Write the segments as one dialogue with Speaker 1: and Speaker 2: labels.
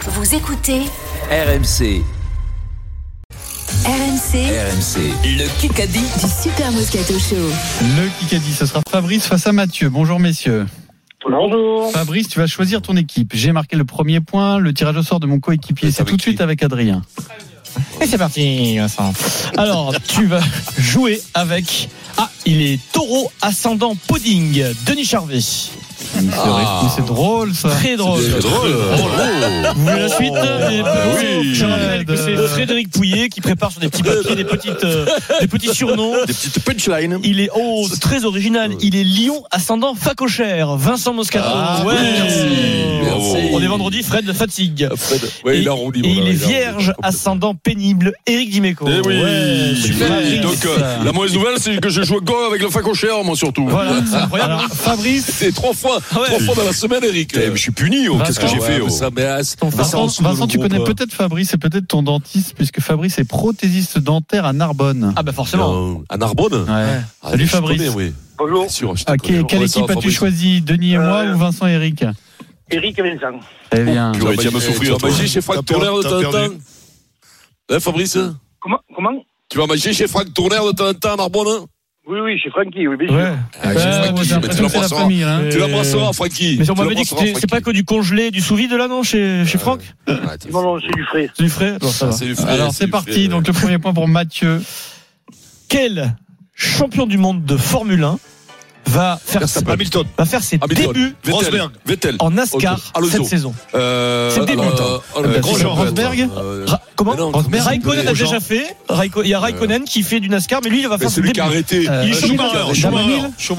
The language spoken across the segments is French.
Speaker 1: Vous écoutez
Speaker 2: RMC,
Speaker 1: RMC
Speaker 2: RMC, le Kikadi.
Speaker 1: du Super Moscato Show.
Speaker 3: Le Kikadi, ce sera Fabrice face à Mathieu. Bonjour messieurs.
Speaker 4: Bonjour.
Speaker 3: Fabrice, tu vas choisir ton équipe. J'ai marqué le premier point, le tirage au sort de mon coéquipier. C'est tout de suite avec Adrien. Et c'est parti, Vincent.
Speaker 5: Alors, tu vas jouer avec. Ah, il est taureau ascendant pudding, Denis Charvet.
Speaker 3: Ah. C'est drôle ça.
Speaker 5: Très drôle.
Speaker 6: drôle.
Speaker 5: Vous voulez la suite Et
Speaker 6: Oh, bah oui.
Speaker 5: Je rappelle que c'est Frédéric Pouillet qui prépare sur des petits papiers des, petites, euh, des petits surnoms.
Speaker 6: Des petites punchlines.
Speaker 5: Il est oh, c'est très original. Il est lion ascendant facochère. Vincent Moscato. ouais.
Speaker 6: Ah, merci.
Speaker 5: On est vendredi, Fred fatigue.
Speaker 6: Ouais,
Speaker 5: Et-
Speaker 6: il est arrondi,
Speaker 5: et
Speaker 6: voilà,
Speaker 5: il
Speaker 6: il
Speaker 5: est
Speaker 6: est
Speaker 5: vierge
Speaker 6: arrondi.
Speaker 5: ascendant pénible, Éric Dimeco.
Speaker 6: Eh oui.
Speaker 5: Ouais, Fabrice.
Speaker 6: Donc, euh, la mauvaise nouvelle, c'est que je joue go avec le facochère, moi surtout.
Speaker 5: Voilà, c'est incroyable.
Speaker 3: Alors, Fabrice,
Speaker 6: C'est trois fois,
Speaker 5: Ah ouais.
Speaker 6: trois fois dans la semaine, Eric. Eh, mais je suis puni, oh, qu'est-ce que j'ai fait, oh.
Speaker 3: Vincent, Vincent, tu connais peut-être Fabrice et peut-être ton dentiste, puisque Fabrice est prothésiste dentaire à Narbonne.
Speaker 5: Ah bah forcément.
Speaker 6: À Narbonne
Speaker 3: Ouais.
Speaker 6: euh, Ah,
Speaker 3: Salut
Speaker 6: je te
Speaker 3: Fabrice.
Speaker 6: connais, oui.
Speaker 4: Bonjour.
Speaker 6: Sûr, je te
Speaker 3: Ok,
Speaker 6: connais.
Speaker 3: quelle
Speaker 6: Ouais, ça va,
Speaker 3: équipe as-tu
Speaker 6: Fabrice.
Speaker 3: choisi Denis et moi
Speaker 4: Euh,
Speaker 3: ou Vincent et Eric
Speaker 4: Eric et Vincent.
Speaker 3: Eh bien,
Speaker 6: Tu vas bien me souffrir. Tu vas manger chez Franck Tourner de temps en temps Hein, Fabrice
Speaker 4: Comment, comment
Speaker 6: Tu vas manger chez Franck Tourner de temps en temps hein à Narbonne
Speaker 4: Oui, oui, chez Francky, oui, bien sûr.
Speaker 3: ouais.
Speaker 6: Ah,
Speaker 3: Eh
Speaker 6: j'ai
Speaker 3: ben,
Speaker 6: Francky,
Speaker 3: moi, j'ai
Speaker 6: mais
Speaker 3: l'impression
Speaker 6: tu
Speaker 3: que c'est la
Speaker 6: l'embrasseras.
Speaker 3: famille. hein.
Speaker 6: Tu l'embrasseras, Francky.
Speaker 5: Mais on
Speaker 6: Tu
Speaker 5: m'avait dit que
Speaker 6: l'embrasseras,
Speaker 5: c'était- c'est pas
Speaker 6: Francky.
Speaker 5: que du congelé, du sous-vide là non chez, chez Franck
Speaker 6: Ah, t'es
Speaker 4: Non, non, c'est du frais.
Speaker 5: C'est du frais Bon, ça va.
Speaker 6: C'est du frais,
Speaker 3: Alors
Speaker 6: du
Speaker 3: c'est
Speaker 6: frais,
Speaker 3: parti,
Speaker 6: ouais.
Speaker 3: donc le premier point pour Mathieu.
Speaker 5: Quel champion du monde de Formule 1 va faire,
Speaker 6: Verstappen.
Speaker 5: Hamilton. va faire ses
Speaker 6: Hamilton.
Speaker 5: débuts
Speaker 6: Vettel.
Speaker 5: Rosberg,
Speaker 6: Vettel.
Speaker 5: en NASCAR
Speaker 6: Alonso.
Speaker 5: cette saison
Speaker 6: Euh,
Speaker 5: C'est le début,
Speaker 6: alors,
Speaker 5: attends.
Speaker 6: euh, euh, Grosjean,
Speaker 3: Euh, Grosjean,
Speaker 6: peut-être.
Speaker 3: Rosberg.
Speaker 6: Euh,
Speaker 5: Ra- Comment
Speaker 6: mais non,
Speaker 3: Rosberg,
Speaker 6: mais
Speaker 5: Raikkonen a
Speaker 6: Grosjean.
Speaker 5: déjà fait Raikko- il y a Raikkonen qui fait du NASCAR mais lui il va
Speaker 6: Mais
Speaker 5: faire ses
Speaker 6: celui qui
Speaker 5: débuts
Speaker 6: a arrêté.
Speaker 3: Euh,
Speaker 5: il est, champion,
Speaker 3: Schumacher,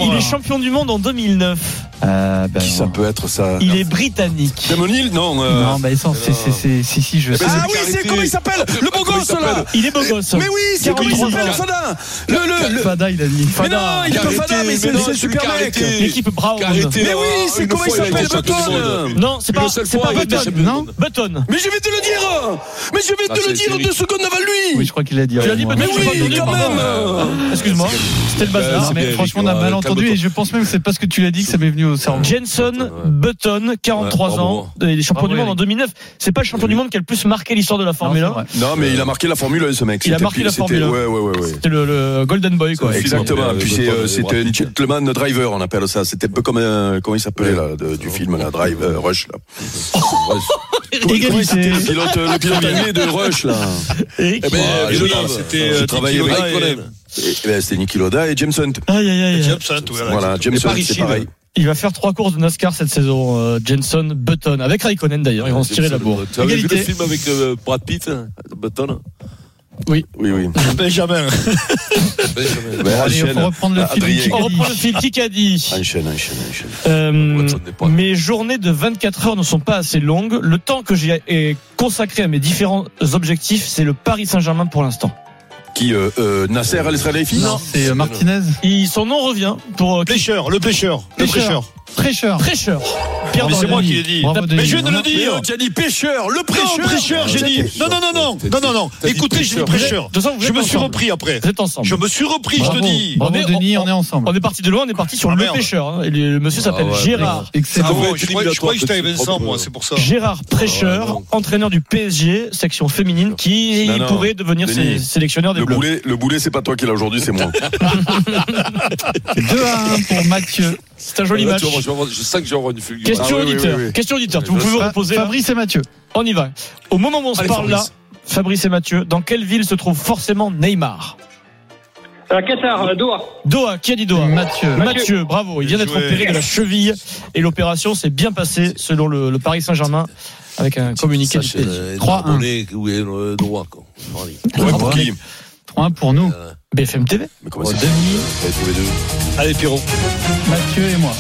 Speaker 5: il est champion du monde en 2009
Speaker 3: Euh, ben,
Speaker 6: Qui ça peut être ça
Speaker 5: il est britannique
Speaker 6: Damon Hill Non. euh,
Speaker 3: Non, mais sans, c'est, c'est, c'est, si, si, je
Speaker 6: eh ben,
Speaker 3: sais.
Speaker 6: celui qui
Speaker 7: Ah
Speaker 6: a
Speaker 7: oui, c'est
Speaker 6: arrêté.
Speaker 7: comment il s'appelle Le beau
Speaker 6: Comment il
Speaker 7: gosse là
Speaker 6: s'appelle
Speaker 5: il est beau gosse
Speaker 7: Mais oui, c'est comment il
Speaker 5: 43
Speaker 7: s'appelle
Speaker 6: ans.
Speaker 7: Fada Le le le
Speaker 3: Fada, il a dit.
Speaker 7: Mais non, il
Speaker 6: Qui
Speaker 7: est
Speaker 6: a
Speaker 7: pas
Speaker 6: arrêté,
Speaker 7: Fada, mais c'est
Speaker 6: non,
Speaker 7: c'est le
Speaker 6: celui qui a
Speaker 7: super mec
Speaker 6: arrêté.
Speaker 5: l'équipe Brown
Speaker 6: Qui a arrêté,
Speaker 7: Mais oui,
Speaker 6: euh,
Speaker 7: c'est
Speaker 6: une
Speaker 7: comment il
Speaker 6: fois, a été
Speaker 7: s'appelle,
Speaker 6: champion du
Speaker 7: Button
Speaker 6: monde.
Speaker 5: non c'est
Speaker 6: Une
Speaker 5: pas
Speaker 6: seule
Speaker 5: c'est
Speaker 6: fois,
Speaker 5: pas
Speaker 6: il a été
Speaker 5: Button
Speaker 6: champion du
Speaker 3: non
Speaker 6: monde.
Speaker 5: Button
Speaker 7: Mais je vais te le dire Mais je vais
Speaker 6: Ah,
Speaker 7: te
Speaker 6: c'est-
Speaker 7: le dire
Speaker 6: c'est
Speaker 7: deux secondes avant
Speaker 3: Oui,
Speaker 7: lui
Speaker 3: je crois qu'il a dit.
Speaker 5: Tu l'as
Speaker 3: ouais,
Speaker 5: dit,
Speaker 3: moi.
Speaker 5: peut-être,
Speaker 7: Mais
Speaker 5: je l'ai pas
Speaker 7: oui,
Speaker 5: entendu,
Speaker 7: quand
Speaker 5: pardon.
Speaker 7: même
Speaker 5: excuse-moi c'était le
Speaker 6: Ah,
Speaker 3: Non,
Speaker 5: bazar
Speaker 6: c'est
Speaker 3: mais
Speaker 6: bien,
Speaker 3: franchement, on
Speaker 6: Eric,
Speaker 3: a
Speaker 6: on
Speaker 3: mal
Speaker 6: va-
Speaker 3: entendu
Speaker 6: calme-toi.
Speaker 3: et je pense même que c'est parce que tu l'as dit que ça m'est venu au cerveau.
Speaker 5: Jenson
Speaker 6: ouais.
Speaker 5: Button, 43
Speaker 6: Ouais,
Speaker 5: ans,
Speaker 6: bravo.
Speaker 5: il est champion
Speaker 3: Bravo,
Speaker 5: du monde en
Speaker 3: Eric.
Speaker 5: 2009. C'est pas le champion du monde qui a le plus marqué l'histoire de la
Speaker 3: Non,
Speaker 5: Formule
Speaker 3: c'est
Speaker 5: 1.
Speaker 3: vrai.
Speaker 6: Non, mais il a marqué la Formule 1, ce mec.
Speaker 5: Il a
Speaker 6: C'était-
Speaker 5: marqué la
Speaker 6: c'était-
Speaker 5: Formule 1.
Speaker 6: Ouais, ouais, ouais, ouais.
Speaker 5: C'était le, le Golden Boy, quoi.
Speaker 6: Exactement.
Speaker 8: film,
Speaker 6: Puis
Speaker 8: euh,
Speaker 6: c'est,
Speaker 8: de-
Speaker 6: euh,
Speaker 8: de-
Speaker 6: c'était un gentleman driver, on appelle ça. C'était un peu comme un, comment il s'appelait là, de- du film là, Drive euh, Rush là. Comment- comment il s'appelait, le pilote, euh, le pilote anglais de Rush là.
Speaker 5: Eric.
Speaker 6: Eh ben,
Speaker 8: Ah,
Speaker 6: je
Speaker 8: oui,
Speaker 6: l'ai-
Speaker 8: c'était,
Speaker 6: j'ai
Speaker 8: euh,
Speaker 6: travaillé
Speaker 8: Nicky
Speaker 6: avec-
Speaker 8: Lauda et-
Speaker 6: Eh ben, c'était Niki Loda et James Hunt.
Speaker 5: Aïe, aïe, aïe.
Speaker 6: Voilà, James Hunt, c'est pareil.
Speaker 5: Il va faire trois courses de NASCAR cette saison, euh, Jenson Button, avec Raikkonen d'ailleurs, ils vont se tirer la bourre.
Speaker 8: Tu avais vu le
Speaker 5: Égalité.
Speaker 8: film avec euh, Brad Pitt, hein, Button
Speaker 6: Oui, oui.
Speaker 5: Benjamin.
Speaker 6: Ben,
Speaker 3: Allez, il faut
Speaker 6: enchaîne,
Speaker 3: reprendre le film.
Speaker 6: Adrien.
Speaker 3: Kikadi.
Speaker 5: On reprend le fil Kikadi.
Speaker 6: enchaîne, enchaîne, enchaîne.
Speaker 5: Euh,
Speaker 8: ça dépend.
Speaker 5: mes journées de 24 heures ne sont pas assez longues. Le temps que j'ai est consacré à mes différents objectifs, c'est le Paris Saint-Germain pour l'instant.
Speaker 6: Qui, euh, euh, Nasser al Khelaifi
Speaker 3: Non, c'est euh, Martinez.
Speaker 5: Il, son nom revient pour euh,
Speaker 7: Pêcheur, le pêcheur,
Speaker 3: le Pêcheur. Prêcheur.
Speaker 5: Prêcheur. Pierre
Speaker 7: Mais c'est
Speaker 5: Dorian.
Speaker 7: moi qui l'ai dit euh,
Speaker 3: Bravo,
Speaker 7: Mais je
Speaker 3: Denis.
Speaker 7: viens de le
Speaker 6: Mais
Speaker 7: dire
Speaker 6: non, tu as dit pêcheur, le
Speaker 7: Non, prêcheur, j'ai dit Non, non, non, non Non, non, non
Speaker 6: T'as dit
Speaker 7: Écoutez, j'ai dit prêcheur
Speaker 5: De toute façon, vous
Speaker 7: Je
Speaker 5: êtes
Speaker 7: me suis
Speaker 5: ensemble.
Speaker 7: repris après
Speaker 5: Vous êtes ensemble.
Speaker 7: Je me suis repris, je te
Speaker 3: Bravo.
Speaker 7: dis
Speaker 3: Bravo,
Speaker 5: On est-
Speaker 3: Denis,
Speaker 5: on-
Speaker 3: on est ensemble.
Speaker 5: On est parti de loin, on est parti sur
Speaker 7: Ah,
Speaker 5: le
Speaker 7: merde.
Speaker 5: pêcheur. hein. Et Le, le monsieur
Speaker 6: Ah
Speaker 5: s'appelle
Speaker 8: ouais.
Speaker 5: Gérard.
Speaker 3: Excellent.
Speaker 7: Ah
Speaker 8: Ah
Speaker 7: bon,
Speaker 8: ouais,
Speaker 7: je croyais je
Speaker 8: tu
Speaker 7: croyais que j'étais
Speaker 8: te
Speaker 7: avec Vincent,
Speaker 8: trompes,
Speaker 7: moi,
Speaker 8: euh.
Speaker 7: c'est pour ça.
Speaker 5: Gérard
Speaker 6: Oh,
Speaker 5: Prêcheur, entraîneur du PSG, section féminine, qui
Speaker 6: Non, non.
Speaker 5: pourrait devenir
Speaker 6: Denis,
Speaker 5: sé- sélectionneur des
Speaker 6: Le
Speaker 5: Bleus.
Speaker 6: boulet, le boulet, c'est pas toi qui l'as aujourd'hui, c'est moi.
Speaker 3: 2 à 1 pour Mathieu.
Speaker 5: Ah, C'est un joli
Speaker 8: Là,
Speaker 5: match.
Speaker 8: tu vas voir, je vais avoir- Je sens que j'ai avoir une fulgurance.
Speaker 5: Question
Speaker 6: Ah oui, oui,
Speaker 5: auditeur.
Speaker 6: oui, oui.
Speaker 5: Question auditeur. Vous pouvez vous
Speaker 3: Fa-
Speaker 5: reposer. là.
Speaker 3: Fabrice et Mathieu.
Speaker 5: On y va. Au moment où on se
Speaker 8: Allez,
Speaker 5: parle là,
Speaker 8: Fabrice.
Speaker 5: Fabrice et Mathieu, dans quelle ville se trouve forcément Neymar
Speaker 4: Euh, Qatar, euh, Doha.
Speaker 5: Doha. Qui a dit Doha
Speaker 3: Mathieu.
Speaker 5: Mathieu. bravo. Il vient d'être
Speaker 7: Bien joué.
Speaker 5: opéré de la cheville et l'opération s'est bien passée selon le, le Paris Saint-Germain avec un communiqué du PSG.
Speaker 3: 3-1.
Speaker 8: 3-1. Où est le droit, quoi.
Speaker 6: Ouais, pour qui
Speaker 3: 3-1 pour nous.
Speaker 5: BFM TV.
Speaker 6: Mais comment ça
Speaker 3: Denis,
Speaker 6: T'avais trouvé deux
Speaker 7: Allez, Pierrot
Speaker 3: Mathieu et moi.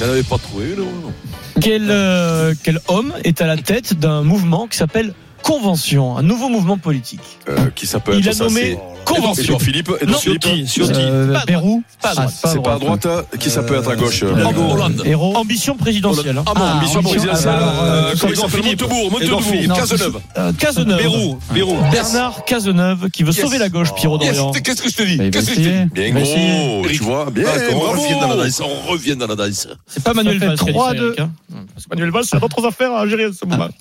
Speaker 8: J'en avais pas trouvé une, non
Speaker 5: Quel, euh, quel homme est à la tête d'un mouvement qui s'appelle Convention, un nouveau mouvement politique.
Speaker 6: Euh, Qui ça peut être
Speaker 5: Il a
Speaker 6: ça,
Speaker 5: nommé
Speaker 6: c'est-
Speaker 5: Convention.
Speaker 6: Édouard Philippe Édouard Philippe
Speaker 3: Euh,
Speaker 5: Pas à
Speaker 3: Pérou.
Speaker 5: Pas à droite.
Speaker 3: Ah,
Speaker 6: C'est pas à droite, hein qui ça peut être à gauche
Speaker 3: Euh,
Speaker 8: Lago, Hollande.
Speaker 3: Héros.
Speaker 5: Ambition présidentielle. hein.
Speaker 6: Ah bon,
Speaker 3: Ah,
Speaker 6: ambition
Speaker 3: ambition,
Speaker 6: présidentielle.
Speaker 3: ah, bah,
Speaker 6: euh,
Speaker 3: euh,
Speaker 6: Comment il
Speaker 7: Édouard
Speaker 6: s'appelle
Speaker 7: Philippe.
Speaker 6: Montebourg,
Speaker 7: Édouard
Speaker 6: Montebourg,
Speaker 7: Philippe.
Speaker 3: Non,
Speaker 6: Cazeneuve.
Speaker 3: Euh,
Speaker 5: Cazeneuve.
Speaker 7: Bérou, Bérou
Speaker 5: Bernard Cazeneuve qui veut
Speaker 8: Yes.
Speaker 5: sauver la gauche, Pierrot
Speaker 8: Yes,
Speaker 5: d'Orient.
Speaker 8: Qu'est-ce que je te dis
Speaker 3: bah, il va
Speaker 8: Qu'est-ce que je te dis
Speaker 3: essayer.
Speaker 6: Bien
Speaker 3: Il va essayer.
Speaker 6: gros, tu vois, bien,
Speaker 8: Ah, qu'on
Speaker 6: bravo.
Speaker 8: revient dans la danse, on revient dans la danse.
Speaker 5: C'est pas Manuel
Speaker 3: fait
Speaker 5: Valls. qui a dit ça,
Speaker 3: 3-2.
Speaker 5: Eric, hein. Parce que Manuel Valls, il a pas trop affaire à gérer à hein, ce moment.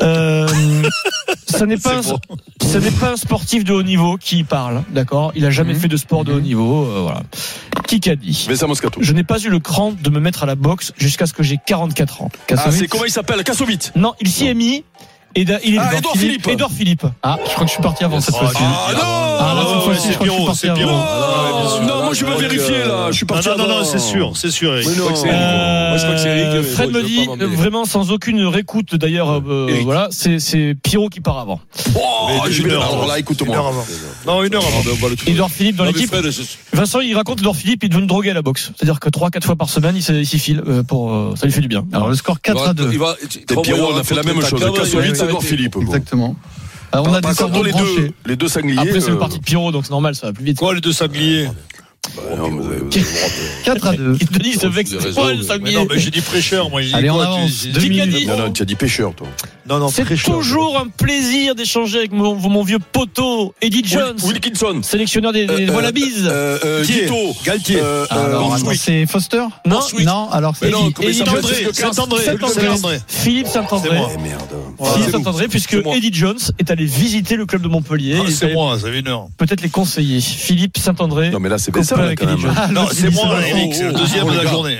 Speaker 5: Euh, ce n'est pas, un-
Speaker 8: C'est bon.
Speaker 5: ce n'est pas un sportif de haut niveau qui parle, d'accord Il a jamais fait de sport de haut niveau, euh, voilà. Qui qu'a dit
Speaker 6: Vincent Moscato.
Speaker 5: Je n'ai pas eu le cran de me mettre à la boxe jusqu'à ce que j'ai 44 ans.
Speaker 6: Ah, c'est comment il s'appelle Kassovitz.
Speaker 5: Non, il s'y est mis. Et da- il est
Speaker 6: Ah,
Speaker 5: dedans.
Speaker 6: Édouard
Speaker 5: Il est-
Speaker 6: Philippe.
Speaker 5: Édouard Philippe.
Speaker 3: Ah, je crois que je suis parti avant cette fois-ci.
Speaker 6: Ah non
Speaker 3: Ah, là, cette
Speaker 7: ouais,
Speaker 3: fois-ci,
Speaker 7: c'est
Speaker 3: je crois que je suis
Speaker 7: Pierrot,
Speaker 3: parti
Speaker 7: c'est
Speaker 3: avant.
Speaker 7: Pierrot.
Speaker 6: Ah,
Speaker 8: Ah,
Speaker 6: non, moi je veux
Speaker 8: donc,
Speaker 6: vérifier
Speaker 8: euh,
Speaker 6: là, je suis
Speaker 7: Non,
Speaker 6: parti
Speaker 7: non, non,
Speaker 6: avant.
Speaker 7: non, c'est sûr, c'est sûr. Eric.
Speaker 6: Mais non,
Speaker 5: Euh,
Speaker 8: Moi, je crois que c'est Eric, mais
Speaker 5: Fred me
Speaker 8: bon, je veux
Speaker 5: dit
Speaker 8: pas
Speaker 5: euh,
Speaker 8: m'emmerder.
Speaker 5: vraiment sans aucune réécoute d'ailleurs euh,
Speaker 8: Eric.
Speaker 5: voilà c'est c'est Pierrot qui part avant.
Speaker 6: Oh,
Speaker 7: Mais
Speaker 6: je vais
Speaker 7: une heure
Speaker 6: alors
Speaker 7: avant.
Speaker 6: là,
Speaker 7: Une heure
Speaker 6: écoute-moi.
Speaker 7: avant. Non, une heure
Speaker 8: Ah,
Speaker 7: avant.
Speaker 8: ben, on va le trouver.
Speaker 5: Édouard Philippe dans
Speaker 8: Non, mais
Speaker 5: l'équipe.
Speaker 8: Fred, je-
Speaker 5: Vincent il raconte Édouard Philippe il devient drogué à la boxe. C'est-à-dire que 3 4 fois par semaine il se- il s'y file euh, pour euh, ça lui fait du bien.
Speaker 3: Alors, le score 4 à 2.
Speaker 8: Il va,
Speaker 6: Et Pierrot, on a fait la même chose. Kassovitz,
Speaker 8: c'est
Speaker 6: Edouard Philippe. bon.
Speaker 3: Exactement. Ah, on a
Speaker 6: Par
Speaker 3: des
Speaker 6: contre,
Speaker 3: cordes
Speaker 6: les deux,
Speaker 3: branchées.
Speaker 6: les deux sangliers.
Speaker 5: Après c'est
Speaker 6: euh,
Speaker 5: le parti de Pierrot donc c'est normal ça va plus vite.
Speaker 7: Quoi, les deux sabliers
Speaker 6: bah, non, mais vous avez-
Speaker 3: 4 à 2.
Speaker 5: Denis se
Speaker 8: Oh, Vous
Speaker 5: vexe.
Speaker 8: avez
Speaker 5: C'est quoi,
Speaker 8: raison,
Speaker 5: le
Speaker 8: mais
Speaker 7: Mais
Speaker 5: sanglier
Speaker 7: non, mais j'ai dit prêcheur, moi. j'ai dit
Speaker 3: Allez, on
Speaker 7: quoi, tu-
Speaker 3: avance.
Speaker 7: j'ai-
Speaker 3: Deux
Speaker 5: Qui a
Speaker 3: minutes.
Speaker 5: dit
Speaker 6: Non, non, tu as dit pêcheur, toi.
Speaker 7: Non, non,
Speaker 5: C'est
Speaker 7: prêcheur.
Speaker 5: toujours un plaisir d'échanger avec mon, mon vieux poteau Eddie Jones,
Speaker 6: Wil- Wilkinson.
Speaker 5: sélectionneur des, des
Speaker 6: Euh,
Speaker 5: Wallabies.
Speaker 6: Euh, euh,
Speaker 7: Galtier.
Speaker 6: Guito.
Speaker 7: Galtier.
Speaker 6: Euh,
Speaker 3: Alors,
Speaker 6: euh,
Speaker 3: attends,
Speaker 6: Brunswick.
Speaker 3: c'est Foster
Speaker 5: non,
Speaker 8: Brunswick.
Speaker 3: Non, alors c'est
Speaker 8: Mais non,
Speaker 3: qui
Speaker 8: comment il
Speaker 5: Édouard
Speaker 8: s'appelle
Speaker 7: André, Saint-André,
Speaker 5: Saint-André.
Speaker 7: Saint-André.
Speaker 5: Philippe
Speaker 7: C'est
Speaker 5: Saint-André.
Speaker 7: moi.
Speaker 6: Eh, merde.
Speaker 7: Voilà.
Speaker 5: Philippe
Speaker 8: c'est
Speaker 5: Saint-André, puisque
Speaker 8: C'est moi.
Speaker 5: Eddie Jones est allé visiter le club de Montpellier.
Speaker 7: Ah,
Speaker 5: Il
Speaker 7: C'est
Speaker 5: allait
Speaker 7: moi, ça fait une heure.
Speaker 5: Peut-être les conseiller. Philippe Saint-André.
Speaker 6: Non, mais là, c'est
Speaker 5: Copain
Speaker 6: Vincent, là,
Speaker 5: avec
Speaker 6: quand
Speaker 5: Eddie
Speaker 6: même.
Speaker 5: Jones.
Speaker 3: Ah,
Speaker 7: Non,
Speaker 3: l'autre,
Speaker 7: c'est
Speaker 3: il
Speaker 7: moi,
Speaker 3: s'appelle-
Speaker 7: Eric, c'est le
Speaker 8: Oh,
Speaker 7: deuxième
Speaker 8: oh,
Speaker 7: de
Speaker 8: les
Speaker 7: la
Speaker 8: gars.
Speaker 7: journée.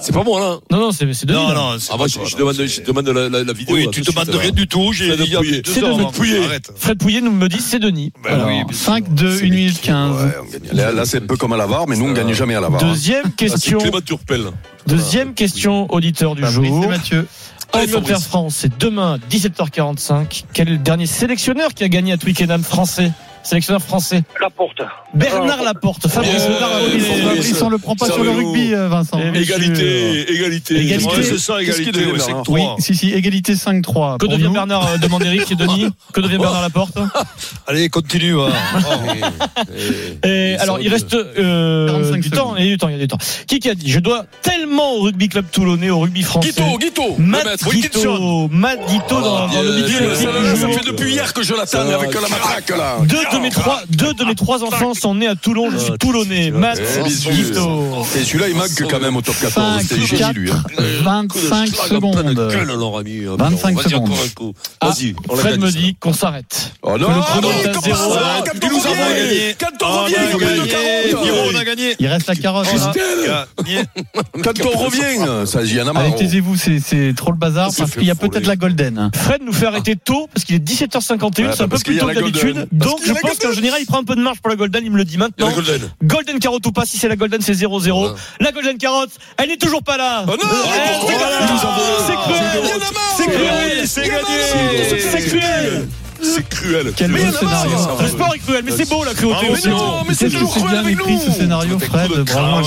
Speaker 8: C'est pas moi là.
Speaker 5: Non, non, c'est c'est
Speaker 7: Non,
Speaker 5: Denis. là.
Speaker 7: non,
Speaker 6: bah,
Speaker 8: Ah,
Speaker 7: c'est pas
Speaker 8: moi, je,
Speaker 7: toi,
Speaker 8: je
Speaker 7: non,
Speaker 8: demande,
Speaker 7: c'est-
Speaker 8: je demande la, la, la vidéo.
Speaker 7: Oui,
Speaker 8: là,
Speaker 7: tu
Speaker 8: tout de
Speaker 7: demandes
Speaker 8: suite, là.
Speaker 7: rien du tout. J'ai
Speaker 8: Fred
Speaker 7: dit il y a
Speaker 8: Pouillet.
Speaker 7: deux
Speaker 5: C'est
Speaker 7: heures.
Speaker 5: Fred
Speaker 7: avant.
Speaker 8: Pouillet.
Speaker 7: Arrête.
Speaker 5: Fred Pouillet nous me dit c'est Denis.
Speaker 7: Ben
Speaker 5: Alors,
Speaker 7: oui, bien sûr.
Speaker 3: 5, 2, 1 minute 15.
Speaker 6: Ouais, on gagne. Là, là, c'est un peu comme à la VAR, mais nous, on gagne jamais à
Speaker 7: bah,
Speaker 6: la VAR. hein.
Speaker 5: Deuxième
Speaker 8: Ah, c'est
Speaker 5: question.
Speaker 8: Clément Turpel.
Speaker 5: Deuxième question auditeur
Speaker 8: Bah,
Speaker 5: du
Speaker 3: Fabrice
Speaker 5: jour.
Speaker 3: et Mathieu.
Speaker 8: Allez,
Speaker 5: Angleterre
Speaker 8: Fabrice.
Speaker 5: France, c'est demain 17h45. Quel est le dernier sélectionneur qui a gagné à Twickenham français Sélectionneur français.
Speaker 4: La porte.
Speaker 5: Bernard Laporte. Fabrice
Speaker 8: Bien,
Speaker 5: Bernard
Speaker 8: bien,
Speaker 5: Laporte.
Speaker 8: bien,
Speaker 5: Fabrice-
Speaker 3: Fabrice, on le prend pas
Speaker 8: ça
Speaker 3: sur le
Speaker 8: va nous.
Speaker 3: rugby, euh, Vincent.
Speaker 5: Eh oui.
Speaker 8: Égalité, égalité.
Speaker 5: Égalité.
Speaker 7: Ouais, c'est ça,
Speaker 6: Qu'est-ce qu'il
Speaker 7: égalité.
Speaker 6: devait,
Speaker 7: ouais, c'est
Speaker 6: Bernard
Speaker 3: hein Oui,
Speaker 7: trois.
Speaker 3: si, si, égalité 5-3.
Speaker 5: Que
Speaker 3: pour
Speaker 5: devient
Speaker 3: nous.
Speaker 5: Bernard euh, Demande Eric et Denis Que devient Bernard Laporte
Speaker 7: Allez, continue. hein.
Speaker 5: Et alors, il reste euh,
Speaker 3: 45
Speaker 5: du temps,
Speaker 3: secondes.
Speaker 5: il y a du temps, il y a du temps. Qui qui a dit Je dois tellement au rugby club toulonnais, au rugby français.
Speaker 8: Guito, Guito.
Speaker 5: Matt Ah, Guito, Matt Guito dans, dans le Big
Speaker 8: Dieu,
Speaker 5: Club
Speaker 8: ça,
Speaker 5: Team
Speaker 8: là,
Speaker 5: du
Speaker 8: là, ça
Speaker 5: jour.
Speaker 8: fait depuis hier que je l'attends
Speaker 6: Ça,
Speaker 8: avec la
Speaker 6: ça,
Speaker 8: matraque là.
Speaker 5: Deux de mes trois, deux de mes trois enfants sont nés à Toulon. Je
Speaker 8: Ah,
Speaker 5: suis toulonnais. Matt
Speaker 6: Eh, bisous.
Speaker 5: Guito.
Speaker 6: Et celui-là, il manque quand même au top 14. C'est
Speaker 3: 5,
Speaker 6: génie, lui. hein.
Speaker 3: 4, 25 secondes.
Speaker 8: Euh,
Speaker 3: 25 secondes.
Speaker 8: Vas-y, on l'a
Speaker 5: Fred
Speaker 8: gagné,
Speaker 5: me
Speaker 8: ça.
Speaker 5: dit qu'on s'arrête.
Speaker 6: Oh non,
Speaker 5: Que le
Speaker 6: non,
Speaker 5: chrono
Speaker 8: Ah,
Speaker 5: est à
Speaker 6: comment
Speaker 5: zéro.
Speaker 6: ça Quand on
Speaker 7: Nous avons
Speaker 6: revient,
Speaker 7: gagné.
Speaker 6: quand
Speaker 7: Ah,
Speaker 6: on revient,
Speaker 7: on a
Speaker 6: on
Speaker 7: gagné.
Speaker 6: gagne de 40.
Speaker 7: Pierrot, on a gagné.
Speaker 3: Il reste la carotte. hein.
Speaker 7: Gagné.
Speaker 6: Quand on revient, ça, il y en a marre.
Speaker 3: Allez, taisez-vous, c'est- c'est trop le bazar
Speaker 6: Ça
Speaker 3: parce
Speaker 6: fait
Speaker 3: qu'il y a
Speaker 6: fouler.
Speaker 3: peut-être la golden.
Speaker 5: Fred nous fait arrêter tôt parce qu'il est 17h51,
Speaker 6: Ouais,
Speaker 5: c'est un peu
Speaker 6: parce qu'il
Speaker 5: plus
Speaker 6: y a
Speaker 5: tôt que
Speaker 6: la
Speaker 5: d'habitude.
Speaker 6: Golden.
Speaker 5: Donc
Speaker 6: Parce qu'il y
Speaker 5: je
Speaker 6: a la
Speaker 5: pense
Speaker 6: Golden.
Speaker 5: qu'en général, il prend un peu de marge pour la Golden, il me le dit
Speaker 8: Il y a
Speaker 5: maintenant.
Speaker 8: la Golden.
Speaker 5: Golden Carotte ou pas, si c'est la Golden, c'est 0-0.
Speaker 8: Ouais.
Speaker 5: La Golden Carotte, elle n'est toujours pas là.
Speaker 8: Oh non
Speaker 5: Elle,
Speaker 8: Oh
Speaker 5: c'est
Speaker 8: là
Speaker 5: grave.
Speaker 8: là,
Speaker 5: C'est
Speaker 8: Il y
Speaker 5: cruel.
Speaker 8: en a marre
Speaker 5: C'est cruel.
Speaker 7: C'est
Speaker 8: gagné.
Speaker 5: C'est cruel.
Speaker 8: C'est cruel.
Speaker 3: Quel
Speaker 8: Mais
Speaker 3: beau
Speaker 8: il y en a marre.
Speaker 3: scénario.
Speaker 5: Le sport est cruel, mais c'est beau la cruauté
Speaker 7: Bravo,
Speaker 5: aussi.
Speaker 7: Simon.
Speaker 8: Non, mais c'est
Speaker 3: Qu'est-ce que
Speaker 8: toujours
Speaker 3: c'est
Speaker 8: cruel
Speaker 3: bien
Speaker 8: avec
Speaker 3: écrit
Speaker 8: nous.
Speaker 3: ce scénario, Fred. Bravo.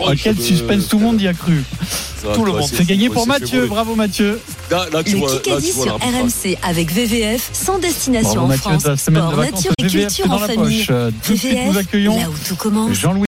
Speaker 7: Ah ouais,
Speaker 3: À quel suspense tout le monde y a cru.
Speaker 8: Tout le
Speaker 3: C'est gagné pour Mathieu. Bravo Mathieu.
Speaker 8: Là, là, Eh, tu vois,
Speaker 1: Le
Speaker 8: là, tu
Speaker 1: Kikadi
Speaker 8: vois
Speaker 1: sur
Speaker 8: la remarque.
Speaker 1: RMC avec VVF, sans destination
Speaker 3: Bravo
Speaker 1: en
Speaker 3: Mathieu
Speaker 1: France.
Speaker 3: de la semaine de
Speaker 1: Sport,
Speaker 3: vacances.
Speaker 1: nature et
Speaker 3: VVF
Speaker 1: culture
Speaker 3: dans
Speaker 1: en
Speaker 3: la
Speaker 1: famille.
Speaker 3: poche. euh, Tout de suite, nous
Speaker 1: VVF,
Speaker 3: accueillons
Speaker 1: là où tout commence.
Speaker 3: Jean-Louis.